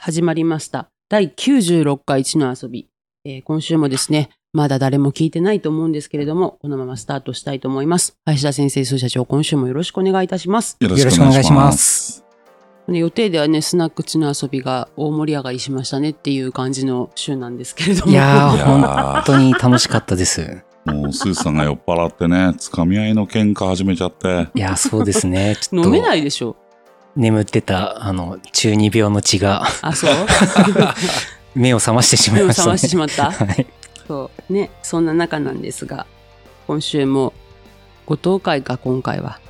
始まりました。第96回地の遊び。えー今週もですね、まだ誰も聞いてないと思うんですけれども、このままスタートしたいと思います。林田先生、数社長、今週もよろしくお願いいたします。よよろしくお願いしま。す。ね予定ではね、スナック地の遊びが大盛り上がりしましたねっていう感じの週なんですけれども。いやいーや本当に楽しかったです。ーもうスーさんが酔っ払ってね、つかみ合いの喧嘩始めちゃって、いやーそうで すね。ちょ飲っとめないでしょ。眠ってた、あの、中二病の血が あ、そう 目を覚ましてしま目いをました覚ね。ましてしまったはい。そうねそんな中なんですが今週もご当会か今回は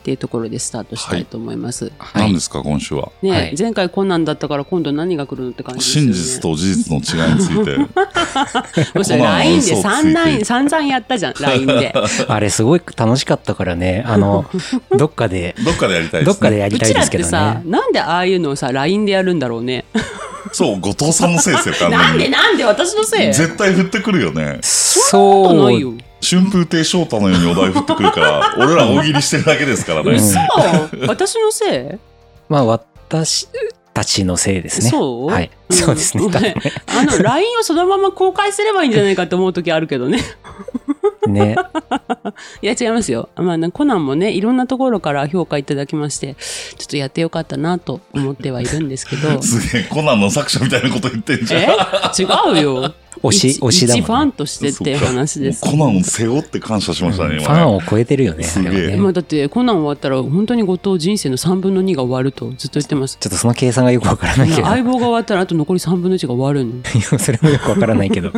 っていうところでスタートしたいと思います、は何いで。すか今週は。ね、はい前回こんなんだったから今度何が来るのって感じ真です 実よねと事実の違いについて。もうそれコナン LINE で嘘をついて散々散々やったじゃん LINE であれすごい楽しかったからね。あの、 どっかで、どっかでやりたいです、ね。どっかでやうりたちいらでっすけてどさね。なんでああいうのをさ LINE でやるんだろうねそう、後藤さんのせいですよ、完なんで全に。なんで私のせいそんな絶対振ってくるよこね。そとなういよ春風亭昇太のようにお題振ってくるから、俺ら大喜利してるだけですからね。嘘私のせまあ私たちのせいですいね。そう、はい。んそうですね。多分ねあの LINE をそのまま公開すればいいんじゃないかって思う時あるけどね ね。いや違いますよ。まあ、コナンもね、いろんなところから評価いただきまして、ちょっとやってよかったなと思ってはいるんです けど。すげえ、コナンの作者みたいなこと言ってんじゃん。え違うよ。推し、一推しだ一ファもんンね。としてっていう話です。もうコナンを背負って感謝しましたね、フ今ァね。ンを超えてるよね。すげえあれはねまあ、だってコナン終わったら本当に後藤人生の3分の2が終わるとずっと言ってます。ちょっとその計算がよくわからないけど。相棒が終わったらあと残り3分の1が終わる の。それもよくわからないけど。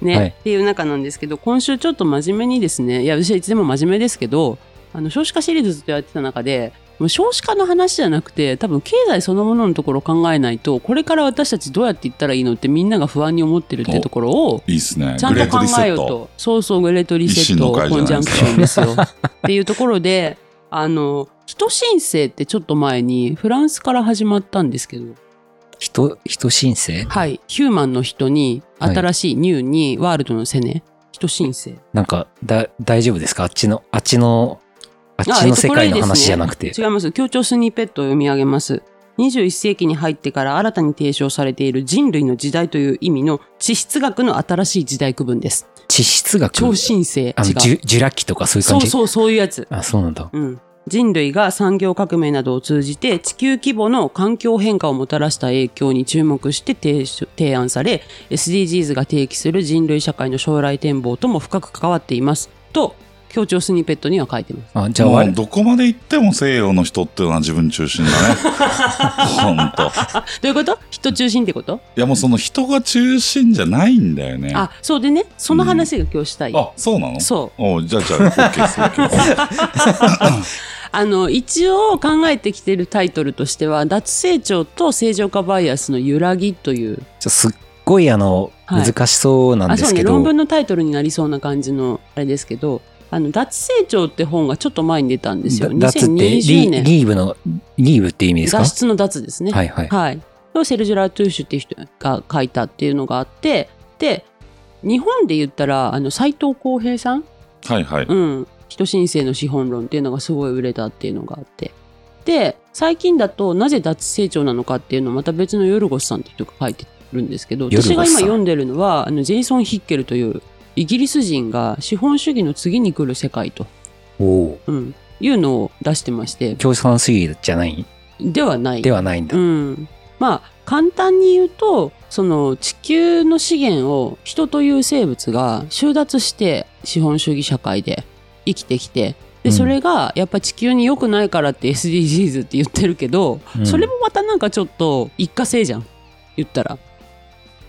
ね、はいっていう中なんですけど今週ちょっと真面目にですねいや私はいつでも真面目ですけどあの少子化シリーズずっとやってた中でもう少子化の話じゃなくて多分経済そのもののところを考えないとこれから私たちどうやっていったらいいのってみんなが不安に思ってるっていうところをいいっすね。ちゃんグレとート考リセえようット。とそうそうグレートリセット一心の会じコゃンジなャいンですクシかョンですよっていうところで あの人申請ってちょっと前にフランスから始まったんですけど人、人申請はいヒューマンの人にはい新しいニューにワールドのセネ人申請なんか、だ、大丈夫ですかあっちの、あっちの、あっちの世界の話じゃなくて。違います協調スニペットを読み上げます21世紀に入ってから新たに提唱されている人類の時代という意味の地質学の新しい時代区分です地質学。超新星違うあの、ジュジュラ紀とかそういうそ感うじそうそういうやつあ、そうなんだ。うん人類が産業革命などを通じて地球規模の環境変化をもたらした影響に注目して提出提案され SDGs が提起する人類社会の将来展望とも深く関わっていますと協調スニペットには書いてますあ、じゃあ、もわうどこまで行っても西洋の人っていうのは自分中心だ ね。ほんと。どういうこと人中心ってこといやもうその人が中心じゃないんだよね。あ、そうでね、その話が今日したい。あそうなの。そうおうじゃあじゃあ、OK です、OK です。あの、一応考えてきてるタイトルとしては、脱成長と正常化バイアスの揺らぎという、ちょすっごいあの、はい難しそうなんあ、でそうすね、けど、論文のタイトルになりそうな感じの、あれですけど、あの、脱成長って本がちょっと前に出たんですよ。だ脱ってリ2020ー、年。リーブの、リーブっていう意味ですか脱出の脱ですね。はいはい。はい。をセルジュ・ラ・トゥーシュっていう人が書いたっていうのがあって、で、日本で言ったら、あの、斎藤浩平さんはいはい。うん、人申請の資本論っていうのがすごい売れたっていうのがあってで最近だとなぜ脱成長なのかっていうのをまた別のヨルゴスさんって人が書いてるんですけどヨルゴス私さんが今読んでるのはあのジェイソン・ヒッケルというイギリス人が資本主義の次に来る世界と、おお。うん、いうのを出してまして共産主義じゃないではないではないんだう。ん、まあ簡単に言うとその地球の資源を人という生物が収奪して資本主義社会で生きてきてうでんそれがやっぱ地球に良くないからって SDGs って言ってるけど、うんそれもまたなんかちょっと一過性じゃん言ったら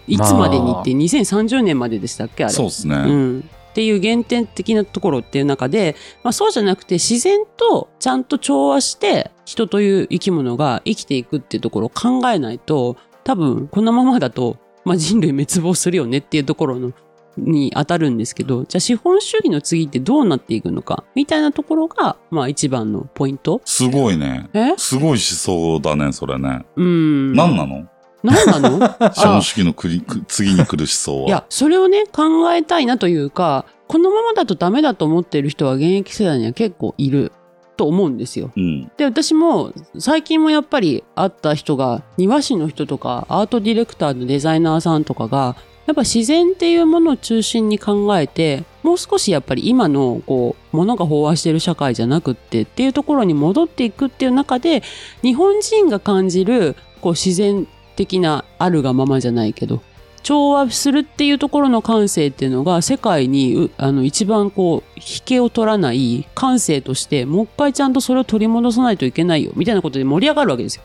いつまでにって2030年まででしたっけあれそうですね。うん、っていう原点的なところっていう中で、まあ、そうじゃなくて自然とちゃんと調和して人という生き物が生きていくっていうところを考えないと多分このままだと、まあ、人類滅亡するよねっていうところのに当たるんですけどじゃあ資本主義の次ってどうなっていくのかみたいなところが、まあ、一番のポイント。すごいね。えすごい思想だね、それね。うん。何なのなんなの資本主義の国く次に来る思想は。いやそれをね考えたいなというかこのままだとダメだと思ってる人は現役世代には結構いると思うんですよ。うん。で私も最近もやっぱり会った人が庭師の人とかアートディレクターのデザイナーさんとかがやっぱ自然っていうものを中心に考えてもう少しやっぱり今のこうものが飽和してる社会じゃなくってっていうところに戻っていくっていう中で日本人が感じるこう自然的なあるがままじゃないけど調和するっていうところの感性っていうのが世界にうあの一番こう引けを取らない感性としてもう一回ちゃんとそれを取り戻さないといけないよみたいなことで盛り上がるわけですよ。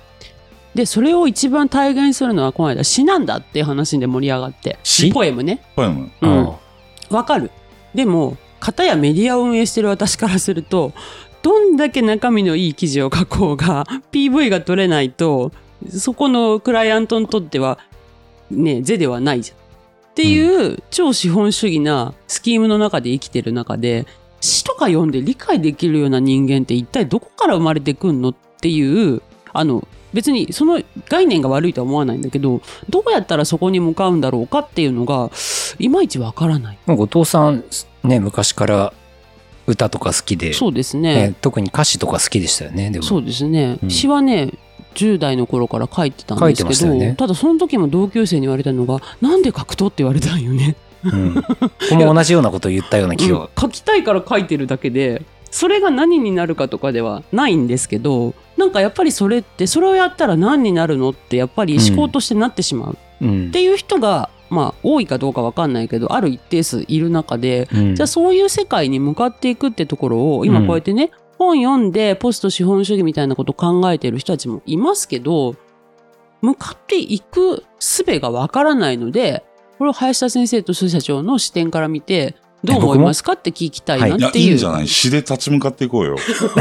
でそれを一番体現するのはこの間詩なんだっていう話で盛り上がって詩ポエムね。ポエム。ううんんわかる。でも、片やメディアを運営してる私からすると、どんだけ中身のいい記事を書こうが、PV が取れないと、そこのクライアントにとっては、ね、是ではないじゃん。っていう、超資本主義なスキームの中で生きてる中で、詩とか読んで理解できるような人間って一体どこから生まれてくんのっていう、あの、別にその概念が悪いとは思わないんだけど、どうやったらそこに向かうんだろうかっていうのが、いまいちわからない。後藤さん、ね、昔から歌とか好きで、そうですねね。特に歌詞とか好きでしたよね、でも。そうですね。うん詩はね、10代の頃から書いてたん書でいてすまけしたど、よたねだその時も同級生に言われたのが、なんで書くとって言われたんよね。うんここも同じようなことを言ったような 気うんが。書きたいから書いてるだけで、それが何になるかとかではないんですけど、なんかやっぱりそれって、それをやったら何になるのって、やっぱり思考としてなってしまう。うんっ。ていう人が、まあ、多いかどうかわかんないけど、ある一定数いる中で、うんじゃあそういう世界に向かっていくってところを今こうやってね、本読んでポスト資本主義みたいなこと考えてる人たちもいますけど向かっていく術がわからないのでこれを林田先生と須社長の視点から見てどう思いますかって聞きたい僕いなやっ、ていいう。いんじゃない詩で立ち向かっていこうよ。立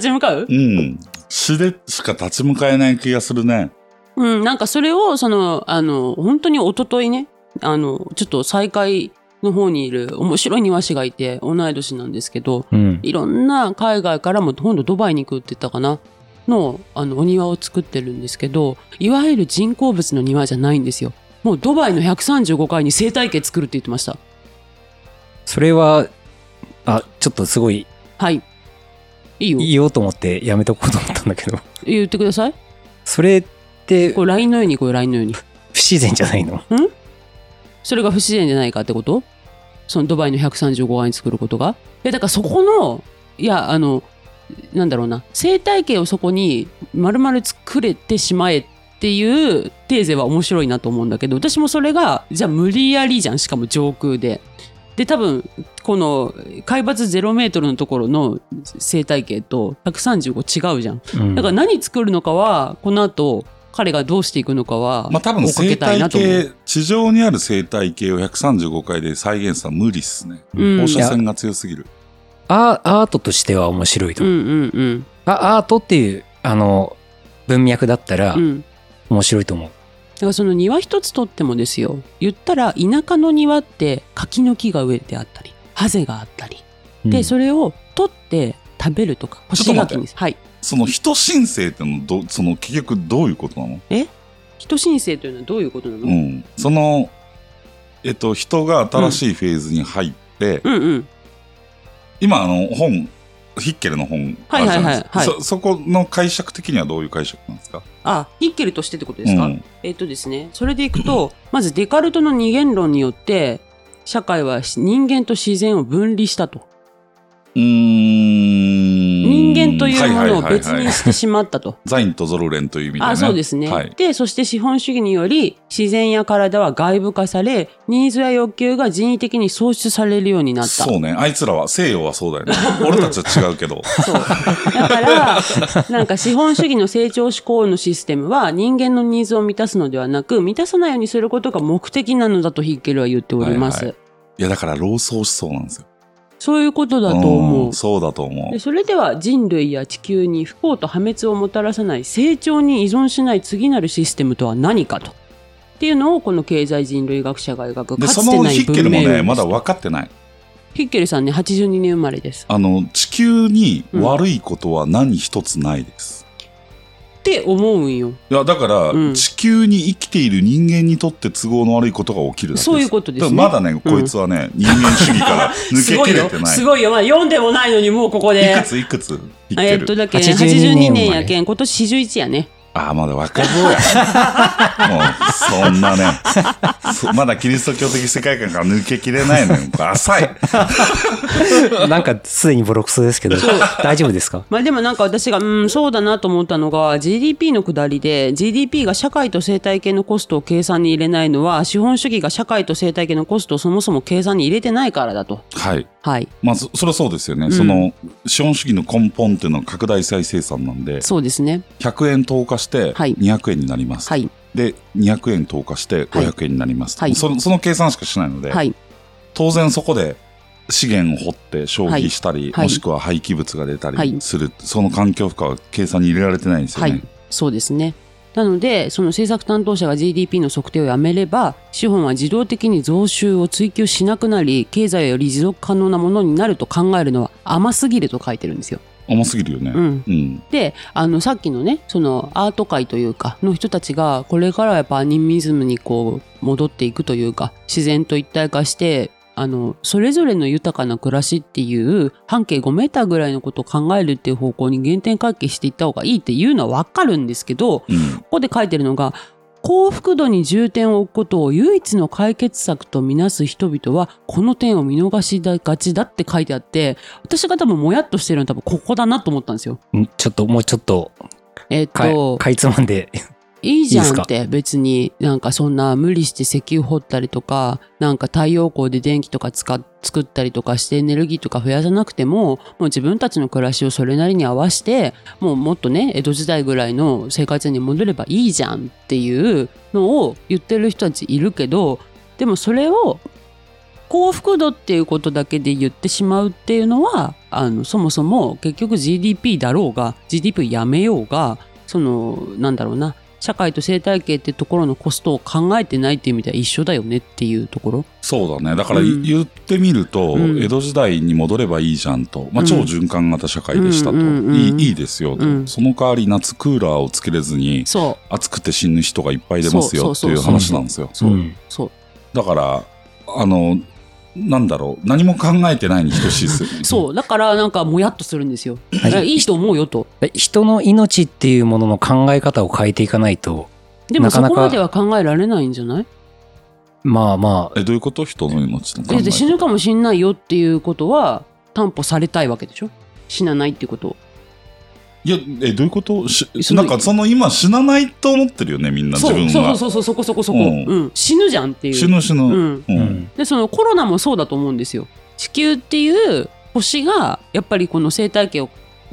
ち向かううん。詩でしか立ち向かえない気がするね。うん、なんかそれを、その、あの、本当に一昨日ね、あの、ちょっと再会の方にいる面白い庭師がいて、同い年なんですけど、うん。いろんな海外からも今度ドバイに行くって言ったかなのあのお庭を作ってるんですけどいわゆる人工物の庭じゃないんですよもうドバイの135階に生態系作るって言ってましたそれは、あ、ちょっとすごいはいいいよ言おうと思ってやめとこうと思ったんだけど、 言ってくださいそれってこれ LINE のようにこれ LINE のように不自然じゃないのそれが不自然じゃないかってことそのドバイの135階に作ることがえだからそこのいやあのなんだろうな生態系をそこに丸々作れてしまえっていうテーゼは面白いなと思うんだけど私もそれがじゃあ無理やりじゃんしかも上空で。で多分この海抜0メートルのところの生態系と135違うじゃん。うんだから何作るのかはこの後彼がどうしていくのかはまあ多分追っか生けたい態なと思う。系、地上にある生態系を135回で再現したら無理っすね。うん放射線が強すぎる。アアートとしては面白いとうん思う、うんうんあアートっていうあの文脈だったらうん、だ面白いと思う、からその庭一つとってもですよ言ったら田舎の庭って柿の木が植えてあったりハゼがあったり、うんでそれを取って食べるとか干ちょしっと待柿っにてはいその人申請ってのど、その結局どういうことなの人申請というのはどういうことなの、うん。その、えっと、人が新しいフェーズに入って、うんうん今あの本ヒッケルの本あはいるじはいゃはいないですか、はいそそこの解釈的にはどういう解釈なんですかあヒッケルとしてってことですか、うんえっ、とですねそれでいくと まずデカルトの二元論によって社会は人間と自然を分離したと人人間というものを別はいはいはいにはい、してしまったとザインとゾルレンという意味で、ね、あそうですね、はい、でそして資本主義により自然や体は外部化されニーズや欲求が人為的に創出されるようになったそうねあいつらは西洋はそう だよね俺たちは違うけどそうだ からなんか資本主義の成長志向のシステムは人間のニーズを満たすのではなく満たさないようにすることが目的なのだとヒッケルは言っております、はいいやだから老荘思想なんですよそういうことだと思ううんそうだと思でそれでは人類や地球に不幸と破滅をもたらさない成長に依存しない次なるシステムとは何かと。っていうのをこの経済人類学者が描くうでかそつてのないヒッケ文ルも明ね論まだ分かってないヒッケルさんね82年生まれですあの地球に悪いことは何一つないです、って思うんよ。いや、だから、うん地球に生きている人間にとって都合の悪いことが起きるだけです。そういうことですね。だからまだね、うんこいつはね、人間主義か らす抜ごけいきれよて。ない。すごいよ。まあ、読んでもないのに、もうここいでく。ついくついってえるっ、と、だけ82 82年やけん、今年41やね。ああ、まだ若造や。もう、そんなね、そまだキリスト教的世界観から抜けきれないのよ。浅い。 なんかすでにボロクソですけど、大丈夫ですかまあでもなんか私が、うん、そうだなと思ったのが、GDP の下りで、GDP が社会と生態系のコストを計算に入れないのは、資本主義が社会と生態系のコストをそもそも計算に入れてないからだと。はい。はい。まあ、そそりゃそうですよね。んその、資本主義の根本っていうのは拡大再生産なんで、そうですね。 100円投下してはい200円になります。はい。で、200円投下して500円になります。はいそのその計算しかしないので、はい。当然そこで資源を掘って消費したり、はいもしくは廃棄物が出たはいりする、その環境負荷は計算に入れられてないんですよはね。い。そうですね。なので、その政策担当者が GDP の測定をやめれば、資本は自動的に増収を追求しなくなり、経済より持続可能なものになると考えるのは甘すぎると書いてるんですよ。重すぎるよね。うん。うん。であのさっきのねそのアート界というかの人たちがこれからはやっぱアニミズムにこう戻っていくというか自然と一体化してあのそれぞれの豊かな暮らしっていう半径5メーターぐらいのことを考えるっていう方向に原点回帰していった方がいいっていうのはわかるんですけどこうん。こで書いてるのが幸福度に重点を置くことを唯一の解決策とみなす人々はこの点を見逃しがちだって書いてあって私が多分もやっとしてるのは多分ここだなと思ったんですよ。んちょっと、もうちょっと、えっかいと、かいつまんで。いいじゃんっいて別になんかそんな無理して石油掘ったりとかなんか太陽光で電気とか使っ作ったりとかしてエネルギーとか増やさなくてももう自分たちの暮らしをそれなりに合わせてもうもっとね江戸時代ぐらいの生活に戻ればいいじゃんっていうのを言ってる人たちいるけどでもそれを幸福度っていうことだけで言ってしまうっていうのはあのそもそも結局 GDP だろうが GDP やめようがそのなんだろうな社会と生態系ってところのコストを考えてないっていう意味では一緒だよねっていうところそうだね。だからうん言ってみると、うん江戸時代に戻ればいいじゃんと。まうあ、ん超循環型社会でしたと。うんうんうんいいいいですよと、うんその代わり夏クーラーをつけれずに、そ暑くて死ぬ人がいっぱい出まそすようってそうそういう話なんですよ。そううんうそうだから、あの、なんだろう。何も考えてないに等しいですよね。 そうだからなんかもやっとするんですよ、だからいいと思うよと人の命っていうものの考え方を変えていかないと、でもなそかなこかまでは考えられないんじゃないまあまあ、え、どういうこと人の命の考だってえ死ぬかもしんないよっていうことは担保されたいわけでしょ死なないっていうことをいや、え、どういうことしそのなんかその今死なないと思ってるよね、みんな自そう分そうが。そうそうそこそこそこ、ううんん死ぬじゃんっていう死ぬ死ぬ。うん、ううんんでそのコロナもそうだと思うんですよ地球っていう星がやっぱりこの生態系を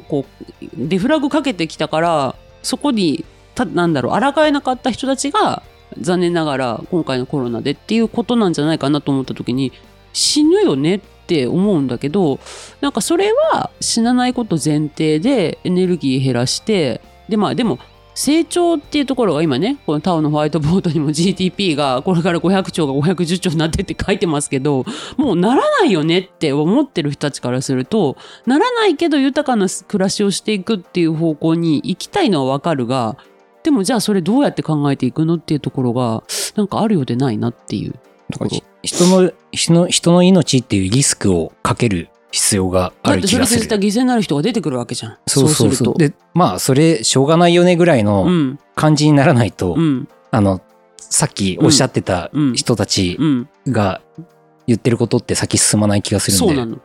こうデフラグかけてきたからそこにたなんだろう抗えなかった人たちが残念ながら今回のコロナでっていうことなんじゃないかなと思った時に死ぬよねって思うんだけどなんかそれは死なないこと前提でエネルギー減らしてでまあでも成長っていうところが今ねこのタオのホワイトボードにも GDP がこれから500兆が510兆になってって書いてますけどもうならないよねって思ってる人たちからするとならないけど豊かな暮らしをしていくっていう方向に行きたいのはわかるがでもじゃあそれどうやって考えていくのっていうところがなんかあるようでないなっていうところ。人の、人の、人の命っていうリスクをかける必要があだっるて気そがれする絶。対犠牲になる人が出てくるわけじゃん。そうそうそう。するで、まあ、それ、しょうがないよねぐらと。ういのん、感じにならないと、うん、あの、さっきおっしゃってたうん人たちうん。が言ってることって先進まない気がするんで。そうなの。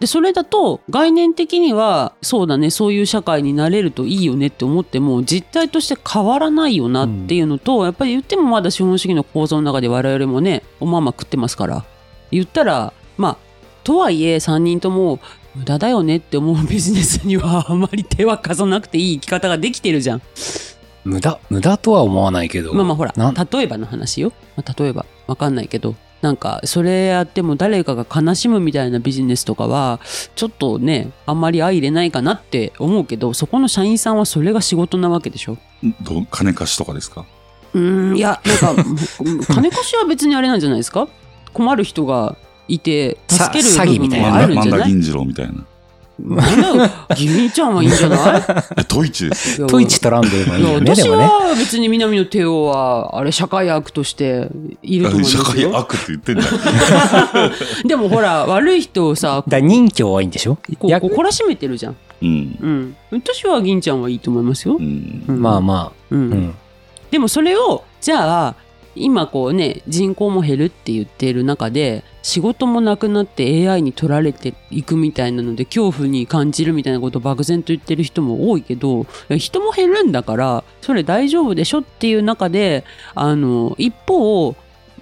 でそれだと概念的にはそうだねそういう社会になれるといいよねって思っても実態として変わらないよなっていうのと、やっぱり言ってもまだ資本主義の構造の中で我々もねおまんま食ってますから言ったらまあとはいえ3人とも無駄だよねって思うビジネスにはあまり手は貸さなくていい生き方ができてるじゃん。無駄、無駄とは思わないけど。まあまあほらなん例えばの話よ、まあ、例えばわかんないけどなんかそれやっても誰かが悲しむみたいなビジネスとかはちょっとねあんまり相入れないかなって思うけどそこの社員さんはそれが仕事なわけでしょどう金貸しとかですかうーんいやなんかうん 金貸しは別にあれなんじゃないですか困る人がいて助けるさ詐欺部みた分いなもねあ万るん田じゃ万な田い銀次郎みたいな。ギミちゃんはいいんじゃないえドイツですよ。いや トイチとランドルもいいいやよね、で私もね。は別に南野帝王は、あれ、社会悪としていると思います社よ。会悪って言ってんだよ。 でもほら、悪い人をさ、だ任侠はいいんでしょこやう懲らしめてるじゃん。うん。うん。私は銀ちゃんはいいと思いますよう。ん。うんまあまう。あ、うんん。でもそれを、じゃあ、今こうね、人口も減るって言ってる中で、仕事もなくなって AI に取られていくみたいなので、恐怖に感じるみたいなことを漠然と言ってる人も多いけど、いや人も減るんだから、それ大丈夫でしょっていう中で、あの、一方、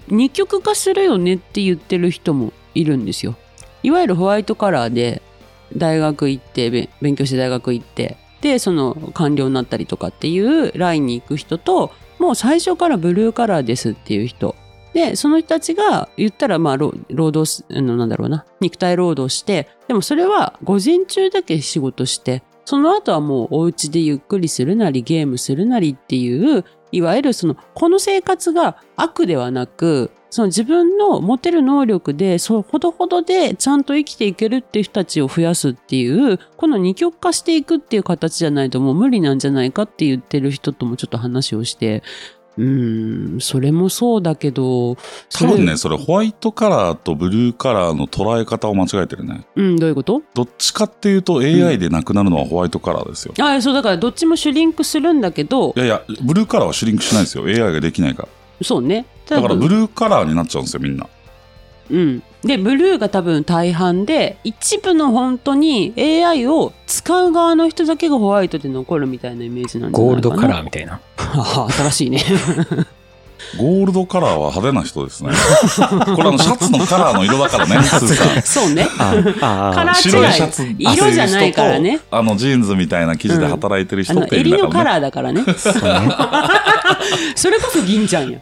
二極化するよねって言ってる人もいるんですよ。いわゆるホワイトカラーで大学行ってべ勉強して大学行ってでその官僚になったりとかっていうラインに行く人ともう最初からブルーカラーですっていう人でその人たちが言ったらまあ労労働すあのなんだろうな肉体労働してでもそれは午前中だけ仕事してその後はもうお家でゆっくりするなりゲームするなりっていういわゆるそのこの生活が悪ではなくその自分の持てる能力でそうほどほどでちゃんと生きていけるっていう人たちを増やすっていうこの二極化していくっていう形じゃないともう無理なんじゃないかって言ってる人ともちょっと話をしてうーんそれもそうだけど多分ね、それホワイトカラーとブルーカラーの捉え方を間違えてるね。うんどういうことどっちかっていうと AI でなくなるのはホワイトカラーですよ。あそうだからどっちもシュリンクするんだけどいやいや、ブルーカラーはシュリンクしないですよ。AI ができないから。そうねだからブルーカラーになっちゃうんですよ、みんな。うん、でブルーが多分大半で一部の本当に AI を使う側の人だけがホワイトで残るみたいなイメージなんじゃゴーなルいかなドカラーみたいな。ー新しいねゴールドカラーは派手な人で すね。これあのシャツのカラーの色だからね、スーさん。 そうねああカラー白いシャツ違い色じゃないからね汗る人とあのジーンズみたいな生地で働いてるあ人のっている襟んだのかカらラーね。だからねそうねそれこそ銀ちゃんや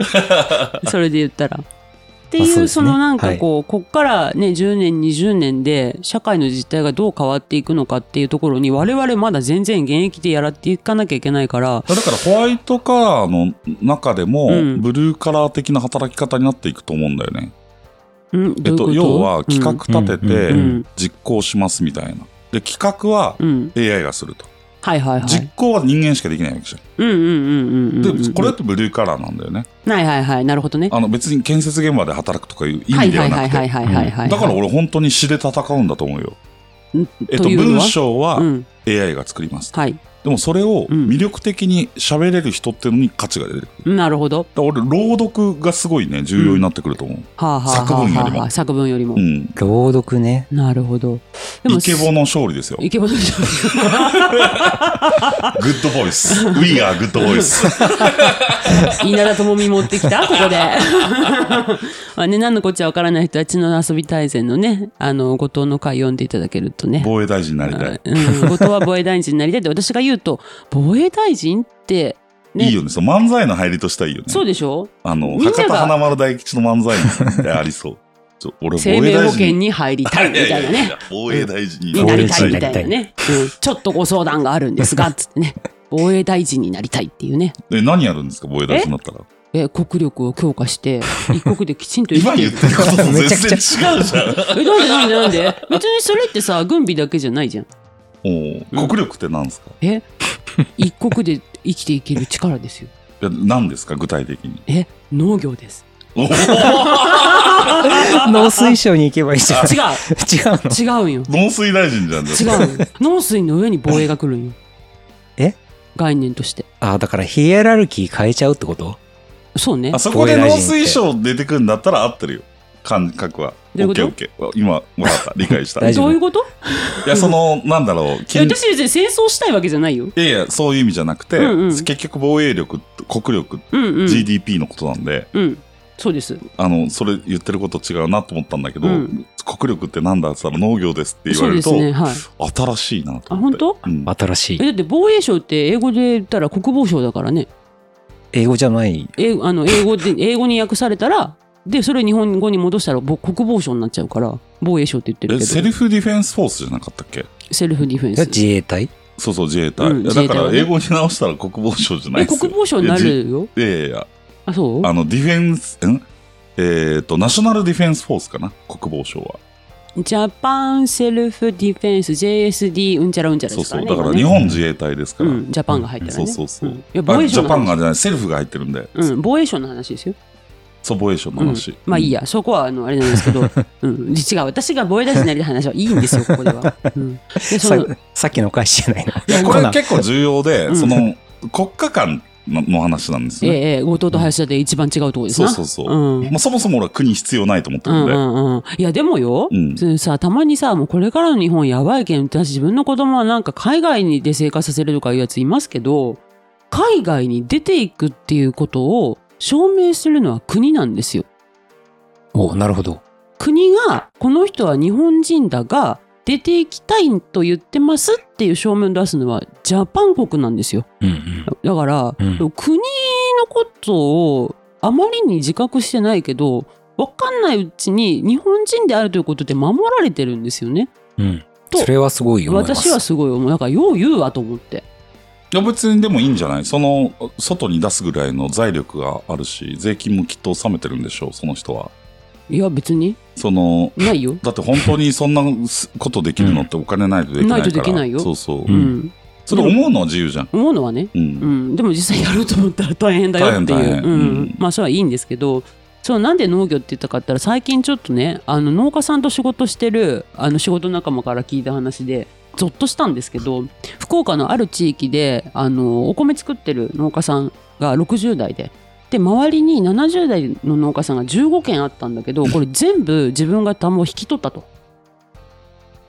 それで言ったらってまあいそううですそねのなんかこうこっからね10年20年で社会の実態がどう変わっていくのかっていうところに我々まだ全然現役でやらっていかなきゃいけないからだからホワイトカラーの中でも、うんブルーカラー的な働き方になっていくと思うんだよね。うんえどっ、ういうことと要は企画立てうんうんうてん実行しますみたいな。で、企画はうん、うん、 AI がすると。はいはいはい実行は人間しかできないわけじゃうんうんうんうんうんうんん。で、これってブルーカラーなんだよね。はいはいはいなるほどねあの別に建設現場で働くとかいう意は味いでははいなはいくてはいはいはいはいだから俺本当に詩で戦うんだと思うよ。えっと、というのは文章はうん AI が作りますと。はいでもそれをうん魅力的に喋れる人っていうのに価値が出てくる。なるほどだから俺、朗読がすごいね、重要になってくると思う。はあはあはあはあはあ作文よりもうん。朗読ね。なるほどイケボの勝利ですよ。グイケボの人ッドボイス。We are good boys. 稲田朋美持ってきた ここで まあね何のこっちゃわからない人は血の遊び大全のねあの後藤の回読んでいただけるとね防衛大臣になりたい。うん後藤は防衛大臣になりたいって私が言うと防衛大臣ってねいいよね。その漫才の入りとしてはいいよね。そうでしょあみの、んなが博多華丸大吉の漫才ってありそう。ちょ俺、防生衛命保大険臣。に入りたいみたいなややねや。防衛大臣ににななりりたいたいみみたたいいななね。うんちょっとご相談があるんですが、つ ってね。防衛大臣になりたいっていうね。え、何やるんですか防衛大臣になったら。え、国力を強化して、一国できちんと生今きて言いっく。てることと全然違うじゃん。え、なんでなんでなんで別にそれってさ、軍備だけじゃないじゃん。おう国力って何ですかえ、一国で生きていける力ですよ。いや何ですか具体的に。え、農業です。おう 農水省に行けばいいじゃん。 違違うのう、違うんよ。農水大臣じゃん。違うんよ。農水の上に防衛が来るんよ。え概念として。あ、だからヒエラルキー変えちゃうってことそうねあ。そこで農水省出てくるんだったら合ってるよ。感覚は。オどういうッこケとーオッケー。今、わかった。理 解した。大い丈夫どういうことや、その、なんだろう。い緊や私別に戦争したいわけじゃないよ。いやいや、そういう意味じゃなくて、うんうん結局防衛力、国力、うんうん。 GDP のことなんで、うん。そうです。あの、それ言ってること違うなと思ったんだけど、うん国力ってなんだって言ったら農業ですって言そわうでれるすと、ね。はい。新しいなあ、と思っ本て。当うん新しえい。だって防衛省って英語で言ったら国防省だからね英語じゃない。英あの英語で 英語に訳されたらでそれを日本語に戻したらぼ国防省になっちゃうから防衛省って言ってるえけどセルフディフェンスフォースじゃなかったっけセルフディフェンス自衛隊そうそう、自衛隊。うんいやだか自衛隊はら、ね英語に直したら国防省じゃないえですよ国防省になるよいやいやいや、あそうあの、ディフェンス、んえっ、と、ナショナルディフェンスフォースかな、国防省は。ジャパンセルフディフェンス JSD うんちゃらうんちゃらそでうすそからう。ね。だから今ね日本自衛隊ですから。うん、ジャパンが入ってるね。そうそうそ。んいうや、防あ衛ジ省ャのパンが話。じゃない、セルフが入ってるんで。うん、防衛省の話ですよ。そう、防衛省のうん話。、まあいいや、そこはあのあれなんですけ ど、うん、違う、私が防衛大臣になりたい話はいいんですよ、ここで は。うん、でそさのさっきのお返しじゃないの。いや、こコれナン結構重要で、うんその、国家間のの話なんですええね。ええ、後藤と林田で一番違うところですそうな。そうそう。うんもうそもそも俺は国必要ないと思ってうるんんうで。んうん、いやでもよ、うんそれさたまにさもうこれからの日本やばいけん私自分の子供はなんか海外にで生活させるとかいうやついますけど海外に出ていくっていうことを証明するのは国なんですよ。おなるほど。国がこの人は日本人だが出ていきたいと言ってますっていう証明を出すのはジャパン国なんですよ。うんうん。だから、うん国のことをあまりに自覚してないけど分かんないうちに日本人であるということで守られてるんですよね。うん。とそれはすごい思います。私はすごい思う。だからよう言うわと思って。いや、別にでもいいんじゃないその、外に出すぐらいの財力があるし、税金もきっと納めてるんでしょう、その人は。いや別にその、ないよ。だって本当にそんなことできるのってお金ないとできないから。ないとできないよそうそう。ううんん。それ思うのは自由じゃん。思うのはね。う。うんん。でも実際やろうと思ったら大変だよって大変い大う。変ううんん。まあそれはいいんですけど。そうなんで農業って言ったかって言ったら最近ちょっとねあの農家さんと仕事してるあの仕事仲間から聞いた話でゾッとしたんですけど福岡のある地域であのお米作ってる農家さんが60代でで周りに70代の農家さんが15軒あったんだけ どこれ全部自分が田んぼを引き取ったと。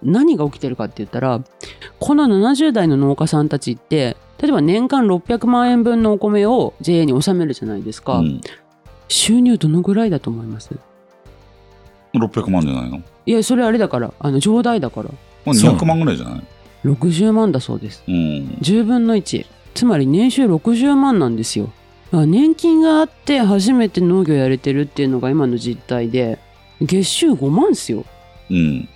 何が起きてるかって言ったらこの70代の農家さんたちって例えば年間600万円分のお米を JA に納めるじゃないですか、うん収入どのぐらいだと思います600万じゃないのいやそれあれだからあの上代だからまあそう200万ぐらいじゃない60万だそうですうん。 10分の1つまり年収60万なんですよだから年金があって初めて農業やれてるっていうのが今の実態で月収5万ですようん。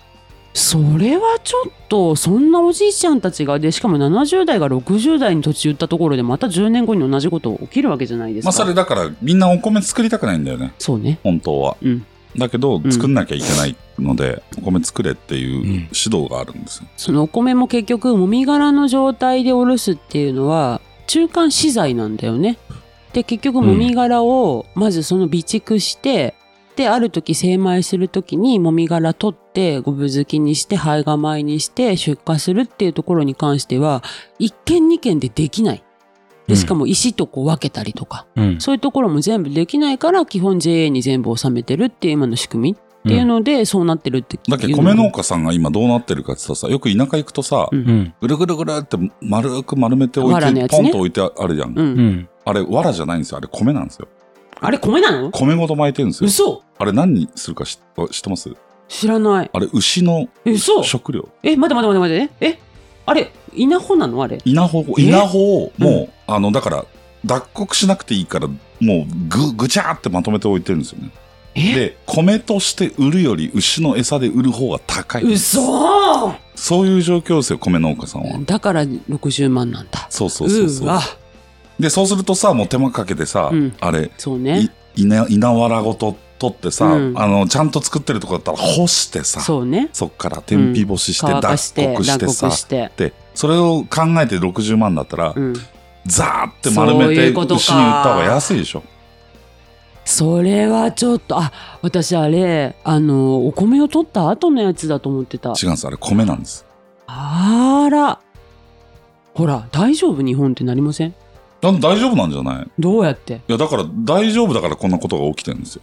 それはちょっとそんなおじいちゃんたちがでしかも70代が60代に土地売ったところでまた10年後に同じこと起きるわけじゃないですか、まあそれだからみんなお米作りたくないんだよね、そうね本当は。うんだけどうん作んなきゃいけないので、お米作れっていううん指導があるんですよ。そのお米も結局もみ殻の状態でおろすっていうのは中間資材なんだよね。で結局もみ殻をまずその備蓄して、である時精米する時にもみ殻取ってごぶづきにして胚芽米にして出荷するっていうところに関しては1軒2軒でできない。うでんしかも石とこう分けたりとか、うん。そういうところも全部できないから基本 JA に全部収めてるっていう今の仕組みっていうのでそうなってるっていうだけどの米農家さんが今どうなってるかって言ったらさ、よく田舎行くとさ、うんうん。ぐるぐるぐるって丸く丸めて置い藁て、のやつポねンと置いてあるじゃん。うんうん。あれ、藁じゃないんですよ。あれ、米なんですよ。あれ米なの米ごと巻いてるんですよ。嘘あれ、何にするか知知ってます知らない。あれ、牛のえ嘘食料。え、待て待て待て待て。え、あれ、稲穂なのあれ。稲穂を、え稲穂を、もう、あの、だから、脱穀しなくていいから、もう、ぐ、ぐちゃーってまとめて置いてるんですよね。えで、米として売るより、牛の餌で売る方が高い。嘘そういう状況ですよ、米農家さんは。だから60万なんだ。そうそうそうそうわう。。で、そうするとさ、もう手間かけてさ、うんあれ、そういね。稲稲わらごと取ってさ、うんあのちゃんと作ってるとこだったら干してさそそうね。っから天日干しして乾かし脱て、穀し脱てさ、穀して。でそれを考えて60万だったら、うん。ザーって丸めそういてう牛に売こったとか方が安いでしょそれはちょっと、あ、私あれ、あの、お米を取った後のやつだと思ってた。違うんですあれ米なんですあら。ほら、大丈夫日本ってなりませんだ大丈夫なんじゃないどうやって。いやだから大丈夫だからこんなことが起きてるんですよ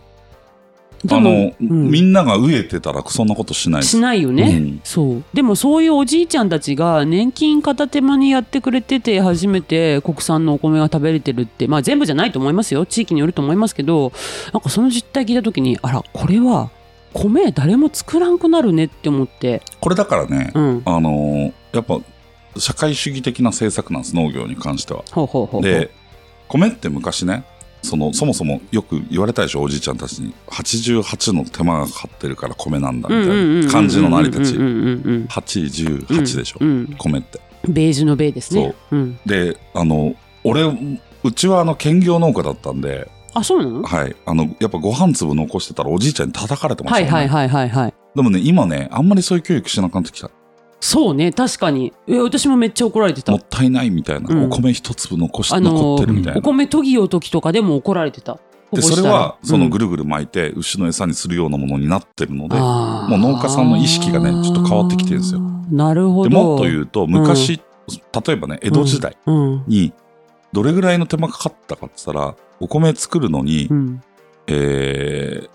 であもの、、うんみんなが飢えてたらそんなことしないですしないよね。うんそうでもそういうおじいちゃんたちが年金片手間にやってくれてて初めて国産のお米が食べれてるって、まあ、全部じゃないと思いますよ地域によると思いますけどなんかその実態聞いた時にあらこれは米誰も作らんくなるねって思って、これだからね、うん、あのーやっぱ社会主義的な政策なんです農業に関してはほうほうほうで米って昔ねそのそもそもよく言われたでしょおじいちゃんたちに88の手間がかかってるから米なんだうんみうんうんうんたいな感じの成り立ちうんうんうんうん818でしょ、うん米ってベージュのベーですねうん、であの俺うちはあの兼業農家だったんで、あそうなのはい、あのやっぱご飯粒残してたらおじいちゃんに叩かれてましはたいよね、はいはいはいはいでもね、今ね、あんまりそういう教育しなくなってきた。そうね、確かに。え、私もめっちゃ怒られてたもっ。たいないみたいな。うんお米一粒残し、あのー残ってるみたいおな。米研ぎよう時とかでも怒られてた。で、こぼしそたれらは、そうのんぐるぐる巻いて、牛の餌にするようなものになってるので、あーもう農家さんの意識がねちょっと変わってきてるんですよ。なるほど。でもっと言うと、ん昔、例えばね、江戸時代うん。に、どれぐらいの手間かかったかって言ったら、お米作るのに、うん。えー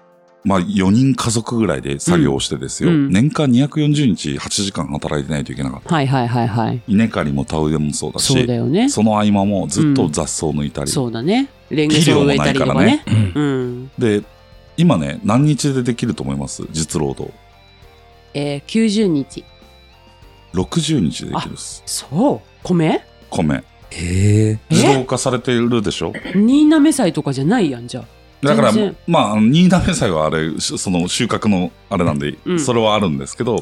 まあ4人家族ぐらいで作業をしてですよ、うん年間240日8時間働いてないといけなかった。はいはいはいはい。稲刈りも田植えもそうだし、そうだよね。その合間もずっと雑草抜いたり、そうだね。レンゲを植えたりとかね。うん。で、今ね、何日でできると思います実労働。えー、90日。 60日でできるです。そう。米米。へえ。え自動化されているでしょ新滑祭とかじゃないやんじゃあ。だから全然、まあ、新滑祭はあれ、しその収穫のあれなんで、うんそれはあるんですけど、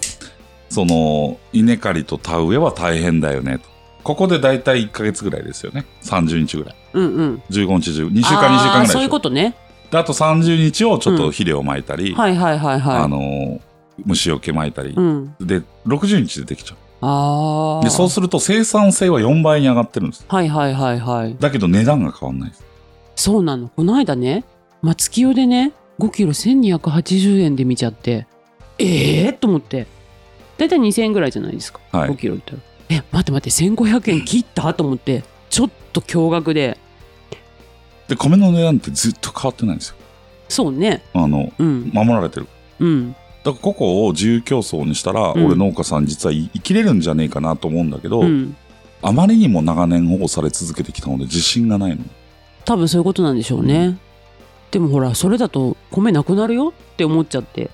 その、稲刈りと田植えは大変だよねと。ここで大体1ヶ月ぐらいですよね。30日ぐらい。うんうん。 15日、10 2週間、2週間ぐらいあーでしょ。そういうことね。で、あと30日をちょっと肥料をまいたり、はいはいはいはい。あの、虫よけまいたりう、ん。で、60日でできちゃあう。あ。で、そうすると生産性は4倍に上がってるんです。はいはいはいはい。だけど値段が変わんないです。そうなの。この間ね、松清でね、5キロ1280円で見ちゃって、ええー、と思って。だいたい2000円ぐらいじゃないですか。はい5キロって言ったら。え、待って待って、1500円切ったと思って、ちょっと驚愕で。で、米の値段ってずっと変わってないんですよ。そうね。あの、うん。守られてる。うん。だからここを自由競争にしたら、ん俺農家さん実は生きれるんじゃねえかなと思うんだけど、うん。あまりにも長年保護され続けてきたので自信がないの。多分そういうことなんでしょうね。でもほら、それだと米なくなるよって思っちゃって。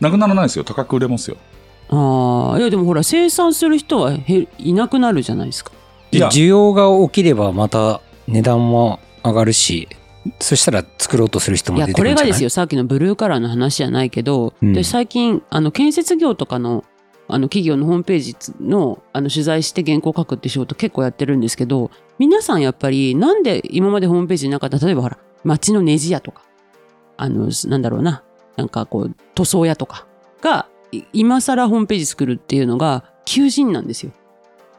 なくならないですよ。高く売れますよ。ああ、いやでもほら、生産する人はへいなくなるじゃないですか。いでや、需要が起きればまた値段も上がるし、そしたら作ろうとする人いもや出てこくるれんがじゃないですよさっきのブルーカラーの話じゃないけど、うんで最近あの建設業とかのあの企業のホームページのあの取材して原稿書くって仕事結構やってるんですけど皆さんやっぱりなんで今までホームページになかった例えばほら町のネジ屋とかあのなんだろうななんかこう塗装屋とかがい今更ホームページ作るっていうのが求人なんですよ。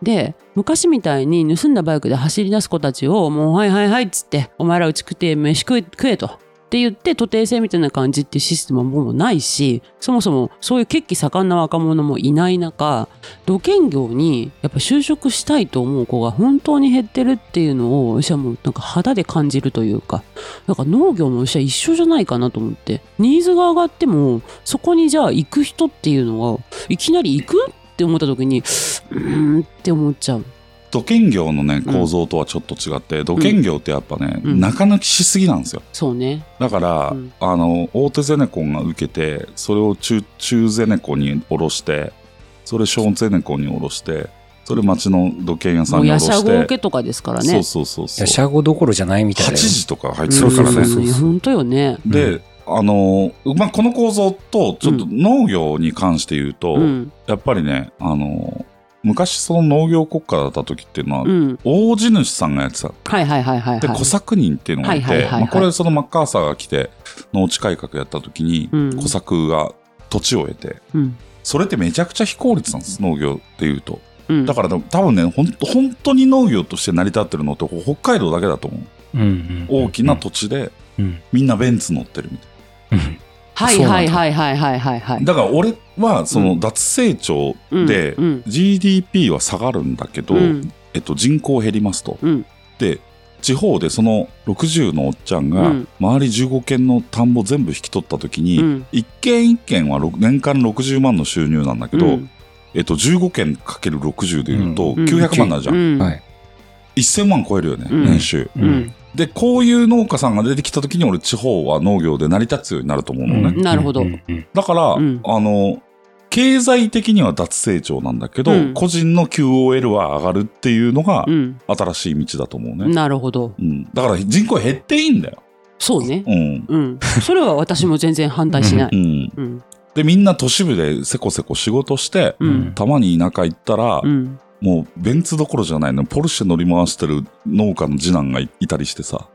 で昔みたいに盗んだバイクで走り出す子たちをもう「はいはいはい」っつって「お前らうち食って飯食え食え」と。って言って徒弟制みたいな感じっていうシステムはもうないしそもそもそういう血気盛んな若者もいない中土建業にやっぱ就職したいと思う子が本当に減ってるっていうのを私はもうなんか肌で感じるというかなんか農業も私は一緒じゃないかなと思ってニーズが上がってもそこにじゃあ行く人っていうのがいきなり行くって思った時にうーんって思っちゃう。土建業のね、うん構造とはちょっと違って、土建業ってやっぱね、うん中抜きしすぎなんですよ。そうね。だから、うんあの、大手ゼネコンが受けて、それを中、中ゼネコンに下ろして、それ小ゼネコンに下ろして、それ町の土建屋さもんうに下ヤろシャしゴて、受けとかですからね。そうそうそうそう。いや、シャゴどころじゃないみたい8な。時とか入っんてるからそうね。そういや本当よね。で、あのーまあ、この構造と、ちょっと農業に関して言うと、うん。やっぱりね、あのー昔その農業国家だった時っていうのは、うん。大地主さんがやってた。はいはいはいはい、で、はい。小作人っていうのがいはいはいて、はいはいまあこれそのマッカーサーが来て、農地改革やった時に、うん小作が土地を得て、うんそれってめちゃくちゃ非効率なんです、農業っていうと。うん、だからでも多分ね、ほん本当に農業として成り立ってるのって北海道だけだと思う。うんうんうん大きな土地で、うんみんなベンツ乗ってるみたいな。うんはいはいはいはいはいはいはい。だから俺はそうの脱成長うんでうん GDP は下がるんだけど、うんえっと、人口減りますと。うんで地方でその60のおっちゃんうがん周り15軒の田んぼ全部引き取った時うに、ん一1軒1軒はろく年間60万の収入なんだけど、うんえっと、15軒かける60でいうとうん900万になるじゃん、うんはい。 1000万超えるよね、うん年収ううんんでこういう農家さんが出てきた時に俺地方は農業で成り立つようになると思うのね、んなるほどうんうんだから、うんあの、経済的には脱成長なんだけど、うん個人の QOL は上がるっていうのがうん新しい道だと思うね。なるほど。うん、だから人口減っていいんだよ。そうね。うん。うん。それは私も全然反対しなうい。ん。うん。で、みんな都市部でせこせこ仕事して、うん。たまに田舎行ったら、うん。もうベンツどころじゃないの。ポルシェ乗り回してる農家の次男がいいたりしてさ。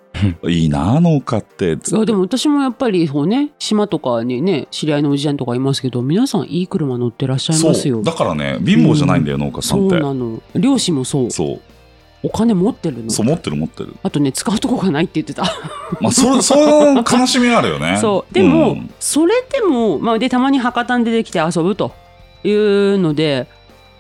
いいなあ農家っていやでも私もやっぱりそうね島とかにね知り合いのおじちゃんとかいますけど皆さんいい車乗ってらっしゃいますそようだからね貧乏じゃないんだよ、農家さんそっうてなの両親もそうそうお金持ってるのそう持ってる持ってるあとね使うとこがないって言ってたまあそれその悲しみはあるよね そうでも、んそれでも、まあ、でたまに博多に出てきて遊ぶというので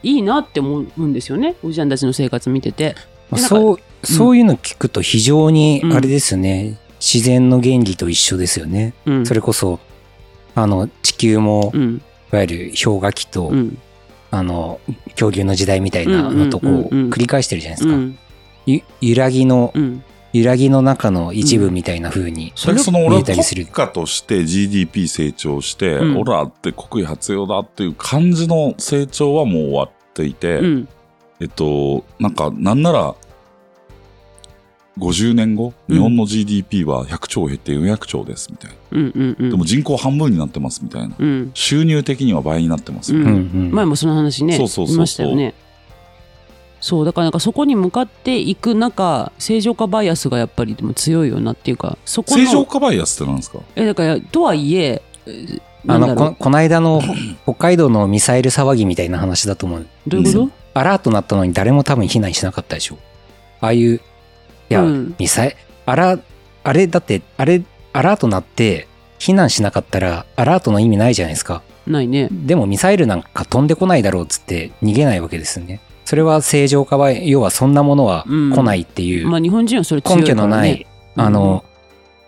いいなって思うんですよねおじちゃんたちの生活見ててまあなんかそう、そういうの聞くと非常に、あれですよね、自然の原理と一緒ですよね。うんそれこそ、あの、地球もう、んいわゆる氷河期と、うんあの、恐竜の時代みたいなのとこうんうんううんうん繰り返してるじゃないでうすか。んゆ揺らぎのう、ん揺らぎの中の一部みたいな風に、それその俺見はえたりす国る家として GDP 成長して、うんオラって国威発揚だっていう感じの成長はもう終わっていて、うんえっとなんかなんなら50年後うん日本の GDP は100兆減って400兆ですみたいな、うんうんうんでも人口半分になってますみたいなうん収入的には倍になってます、ううんんうん前もその話ねそうそうそうそういましたよねそうだからなんかそこに向かっていく中正常化バイアスがやっぱりでも強いよなっていうかそこの正常化バイアスってなんですかえだからとはいええーなあんだの、ろこうこの間の北海道のミサイル騒ぎみたいな話だと思う。どういうこと、アラートなったのに誰も多分避難しなかったでしょ。ああいう、いや、うんミサイあら、あれだって、あれ、アラートなって、避難しなかったら、アラートの意味ないじゃないですか。ないねでもミサイルなんか飛んでこないだろうっつって逃げないわけですよね。それは正常化は、要はそんなものはうん来ないっていう、まあ日本人はそれ強い根から、拠ね、のない、うんあの、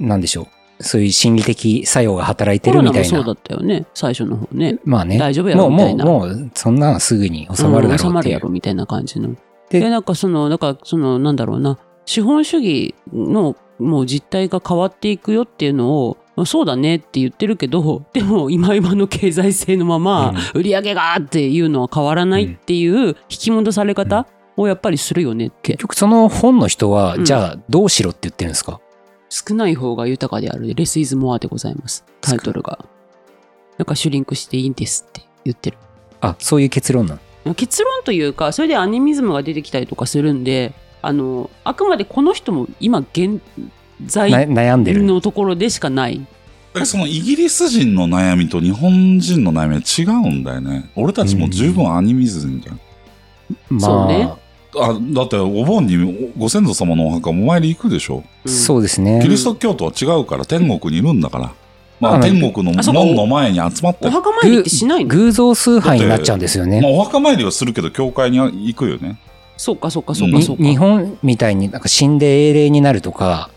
なんでしょう。そういう心理的作用が働いてコるロみナたもいそな。うだったよね最初の方ねまあね。大丈夫やもろう、みたも、いうなもう、そんなのすぐに収まるだろん収うまっるていやう。ろみたいな感じのででなんかそのだからそのなんだろうな資本主義のもう実態が変わっていくよっていうのをまあそうだねって言ってるけどでも今今の経済性のまま売り上げがっていうのは変わらないっていう引き戻され方をやっぱりするよねって結局その本の人は、うんじゃあどうしろって言ってるんですか、少ない方が豊かであるレスイズモアでございますタイトルがなんかシュリンクしていいんですって言ってるあそういう結論なの結論というかそれでアニミズムが出てきたりとかするんであのあくまでこの人も今現在な悩んでるのところでしかないだからそのイギリス人の悩みと日本人の悩みは違うんだよね俺たちも十分アニミズムじゃんまあそうねあだってお盆にご先祖様のお墓お参り行くでしょ、うんそうですキねリスト教徒は違うから天国にいるんだから、まあ、あ天国のあそうか門の前に集まっておまあ、墓参りってしないの偶像崇拝になっちゃうんですよね、お墓参りはするけど教会には行くよねそうかそうかそうかまあそうかに日本みたいになんか死んで英霊になるとか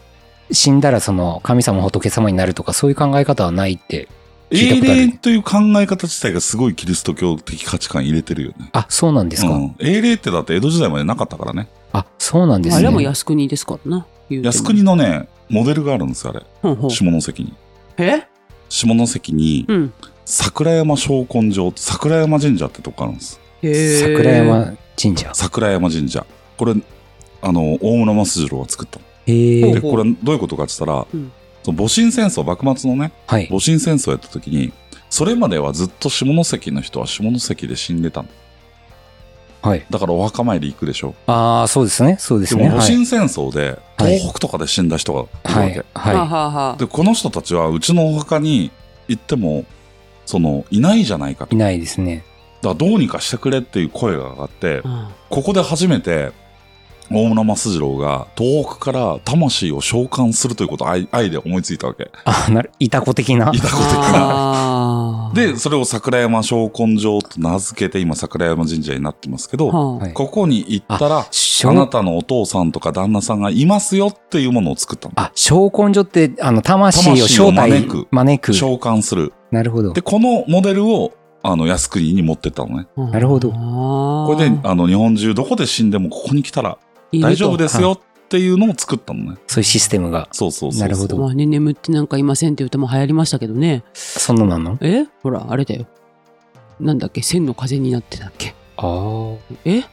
死んだらその神様仏様になるとかそういう考え方はないって聞いた英ことある霊という考え方自体がすごいキリスト教的価値観入れてるよねあそうなんですか、うん英霊ってだって江戸時代までなかったからねあそうなんですあねれはもう靖国ですからな言うても靖国のねモデルがあるんですよあれほうほう下関にえ下関にうん桜山昇魂場桜山神社ってとこあるんですへー桜山神社桜山神社これあの大村益次郎が作ったのへほでうえこれどういうことかって言ったら、うんその戊辰戦争幕末のねはい戊辰戦争やった時にそれまではずっと下関の人は下関で死んでたのはいだからお墓参り行くでしょああそうですねそうですでねも戊はい辰戦争ではい東北とかで死んだ人がいるわけ、はいはあははあはあでこの人たちはうちのお墓に行ってもそのいないじゃないかいといだかないですねらどうにかしてくれっていう声が上がってあここで初めて大村益次郎が東北から魂を召喚するということをアイアイデアを思いついたわけ。あなるいた子的ないたことが。あーで、それを桜山昇魂場と名付けて今桜山神社になってますけど、はあはいここに行ったら、小あなたのお父さんとか旦那さんがいますよっていうものを作ったの。あ、召喚所って、あの、魂を魂を招待、招く招く。召喚する。なるほどで、。このモデルを、あの、靖国に持ってったのね。なるほどここれで、あの、日本中どこで死んでもここに来たら大丈夫ですよっていうのを作ったのね。そういうシステムが。そうそうそうそう。なるほどまあね眠ってなんかいませんっていう歌も流行りましたけどねそんなのなのえほらあれだよなんだっけ千の風になってたっけあえ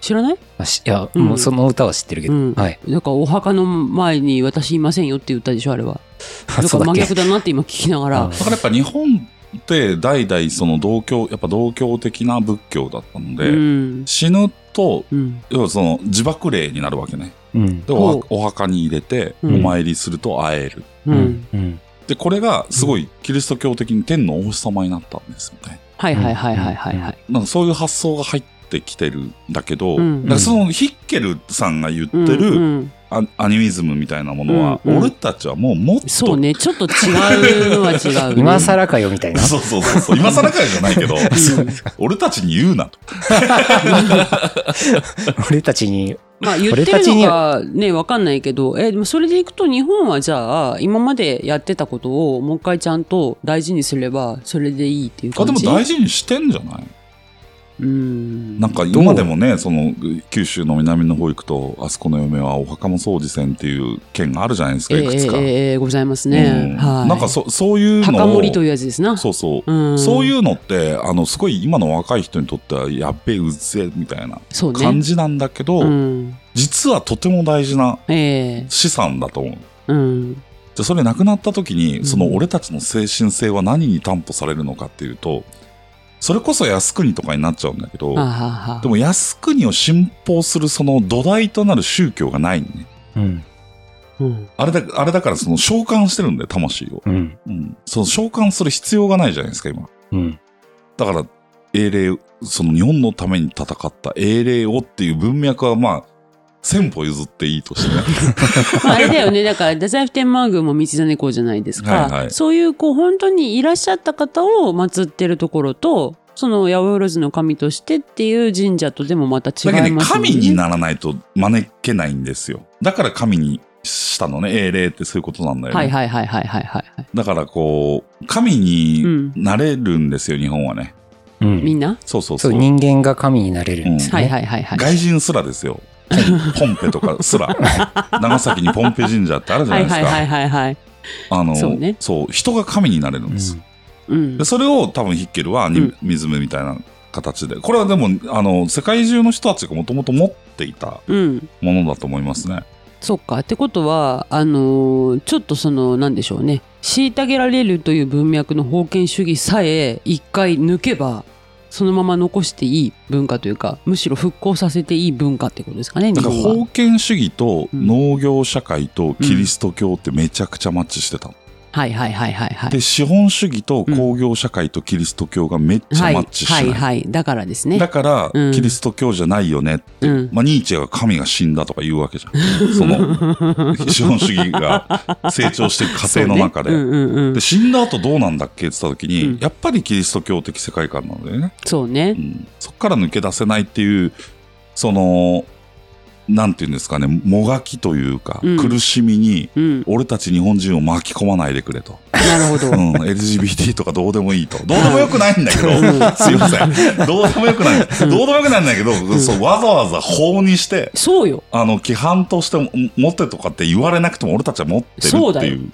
知らないあ。しいや、うんもうその歌は知ってるけど。うんはい。なんかお墓の前に私いませんよっていう歌でしょあれはあだか そうらだ真っけ逆だなって今聞きながらあだからやっぱ日本って代々その同教、やっぱ同教的な仏教だったのうで、ん死ぬと、うん要はその自爆霊になるわけね。うん。でほおうお墓に入れておうん参りすると会える、うん。うん。でこれがすごいキリスト教的に天のお星様になったんですよねはいはいはいはいはいはい。なんかそういう発想が入ってきてるんだけど、うんなんかそのヒッケルさんが言ってうんる、うんアアニミズムみたいなものは、うんうん俺たちはもうもっとそうね、ちょっと違うのは違う、ね。 今更かよ、みたい な。そうそうそうそう今更かよじゃないけどうん俺たちに言うなと 俺たちに、まあ言ってるのかね、わかんないけど、え、でもそれでいくと日本はじゃあ、今までやってたことをもう一回ちゃんと大事にすれば、それでいいっていうあ感でもじ。大事にしてんじゃないうん。なんか今でもねその九州の南の方行くとあそこの嫁はお墓も掃除せんっていう県があるじゃないですかええいくつか、ええええございますうんね。はい。なんかそそういうのを墓守りというやつですな。そうそう、うんそういうのってあのすごい今の若い人にとってはやっべえうっぜみたいなそうね。感じなんだけど、うん。実はとても大事なええ資産だと思ううん。じゃあそれなくなった時に、うんその俺たちの精神性は何に担保されるのかっていうとそれこそ靖国とかになっちゃうんだけどあははでも靖国を信奉するその土台となる宗教がないねうん。うん。あれだあれだからその召喚してるんだよ魂を、うん。うん、その召喚する必要がないじゃないですか今うん。だから英霊その日本のために戦った英霊をっていう文脈 はまあ千歩譲っていいとしてねまあ、あれだよね。だから、太宰府天満宮も道真公じゃないですか。はいはいそういう、こう、本当にいらっしゃった方を祀ってるところと、その八百万の神としてっていう神社とでもまた違だけどいねますもんね。神にならないと招けないんですよだから神にしたのね英霊ってそういうことなんだよね、はいはいはいはいはいはいはい。だからこう神うにん。なれるんですよ、日本はねうんみんな、そうそうそそうう、人間が神になれるんですはね。いはいはいはい。外人すらですよポンポンペとかすら 長崎にポンペ神社ってあるじゃはないいですか、はいはいはいはい。あのそ,、そううね人が神になれるんです、うんで。それを多分ヒッケルはアニうんミズムみたいな形でこれはでもあの世界中の人たちがもともと持っていたうん。ものだと思いますねそっか。ってことは、あのーちょっとその、なんでしょうね。虐げられるという文脈の封建主義さえ一回抜けば、そのまま残していい文化というか、むしろ復興させていい文化ってことですかね、だ日から本封は。建主義と農業社会とキリスト教ってめちゃくちゃマッチしてたの、はいはいはいはいはい。で資本主義と工業社会とキリスト教がめっちはゃいマッチしてはない、いはい。だからですねだ。から、うんキリスト教じゃないよね、うん。まあ、ニーチェが神が死んだとか言うわけじゃんその資本主義が成長していく過程の中で,、そうねうんうんうんで。死んだ後どうなんだっけって言った時に、うんやっぱりキリスト教的世界観なんだよね、そうねう。ん、そこから抜け出せないっていうそのなんていうんですかねもがきというか、うん苦しみにうん。俺たち日本人を巻き込まないでくれとなるほど。うん、LGBT とかどうでもいいと。どうでもよくないんだけど、うんすいません。どうでもよくない。どうでもよくないんだけど、そうわざわざ法にして、そうよ。あの、規範としても持ってとかって言われなくても俺たちは持ってるそうってだいよう。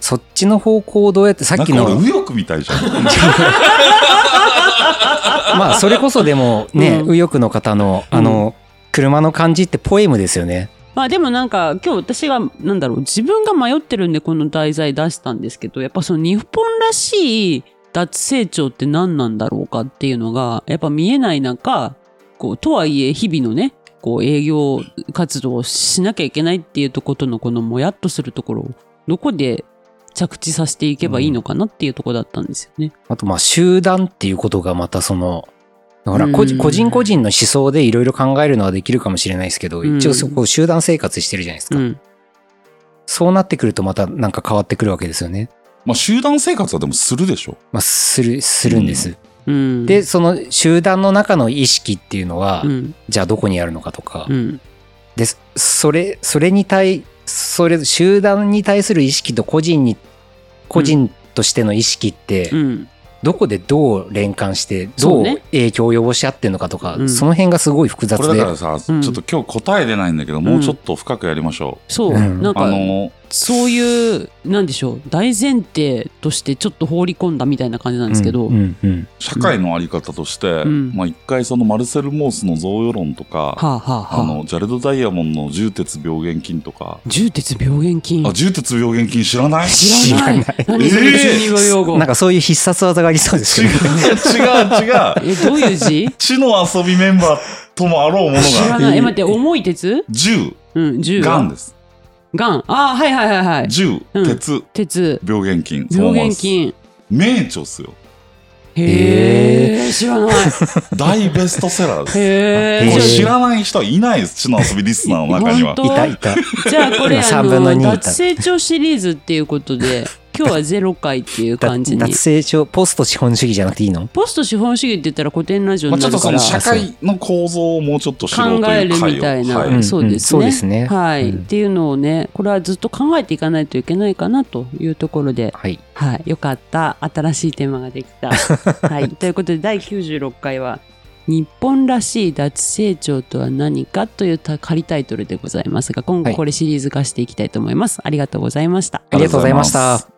そっちの方向をどうやって、さなんっきか俺、の、右翼みたいじゃん。 まあ、それこそでもね、うん右翼の方の、あの、車の漢字ってポエムですよね。まあでもなんか今日私がなんだろう自分が迷ってるんでこの題材出したんですけどやっぱその日本らしい脱成長って何なんだろうかっていうのがやっぱ見えない中こうとはいえ日々のねこう営業活動をしなきゃいけないっていうとことのこのもやっとするところをどこで着地させていけばいいのかなっていうところだったんですよね。あと、まあ、集団っていうことがまたその、ほら、うん個人個人個人の思想でいろいろ考えるのはできるかもしれないですけど、うん一応そこ集団生活してるじゃないでうすか。ん、そうなってくるとまたなんか変わってくるわけですよね。まあ、集団生活はでもするで しょ。まあ、する、するんです。うん、で、その集団の中の意識っていうのは、うんじゃあどこにあるのかとか、うんでそれそれに対それ集団に対する意識と個人に個人としての意識って、うんどこでどう連関してそどううね影響を及ぼし合ってるのかとかそ,、うんの辺がすごい複雑これだでからさ、うんちょっと今日答え出ないんだけど、もうちょっと深くやりましょそう、うんなんう。かあの、そういう、なんでしょう、大前提としてちょっと放り込んだみたいな感じなんですけど、うんうんうん社会のあり方として、うんまあ、一回そのマルセル・モースの贈与論とか、はあはああはあ。の、ジャレド・ダイヤモンドの重鉄病原菌とか、重鉄病原菌あ、。重鉄病原菌知らない知らない知らない。何それえー中二病用語なん。かそういう必殺技がありそうです違うよね。違う違う え、どういう字地の遊びメンバーともあろうもの知らがない。え、待って、重い鉄10うん、銃は。がんです。がん。ああ、はいはいはいはい。銃、うん鉄、鉄、病原菌、病原トーマ菌。ス名著っすよ。へえ、知らない。大ベストセラーです。へ え。もう知らない人はいないです。地の遊びリスナーの中には。本いたいた。じゃあこれ、あ3分のの、 2だ脱成長シリーズっていうことで、今日はゼロ回っていうだ感じに 脱。成長、ポスト資本主義じゃなくていいのポスト資本主義って言ったら古典ラジオまあ、にちょなっとるかそのら。社会の構造をもうちょっと知ろう考とえいうる会をみたいな、はうんそうですね。そうですねはい、うんっていうのをね、これはずっと考えていかないといけないかなというところで、はい。はい、よかった、新しいテーマができ た。はい、ということで第96回は。日本らしい脱成長とは何かというた仮タイトルでございますが今は後いこれシリーズ化していきたいと思います、ありがとうございましたありがとうございました。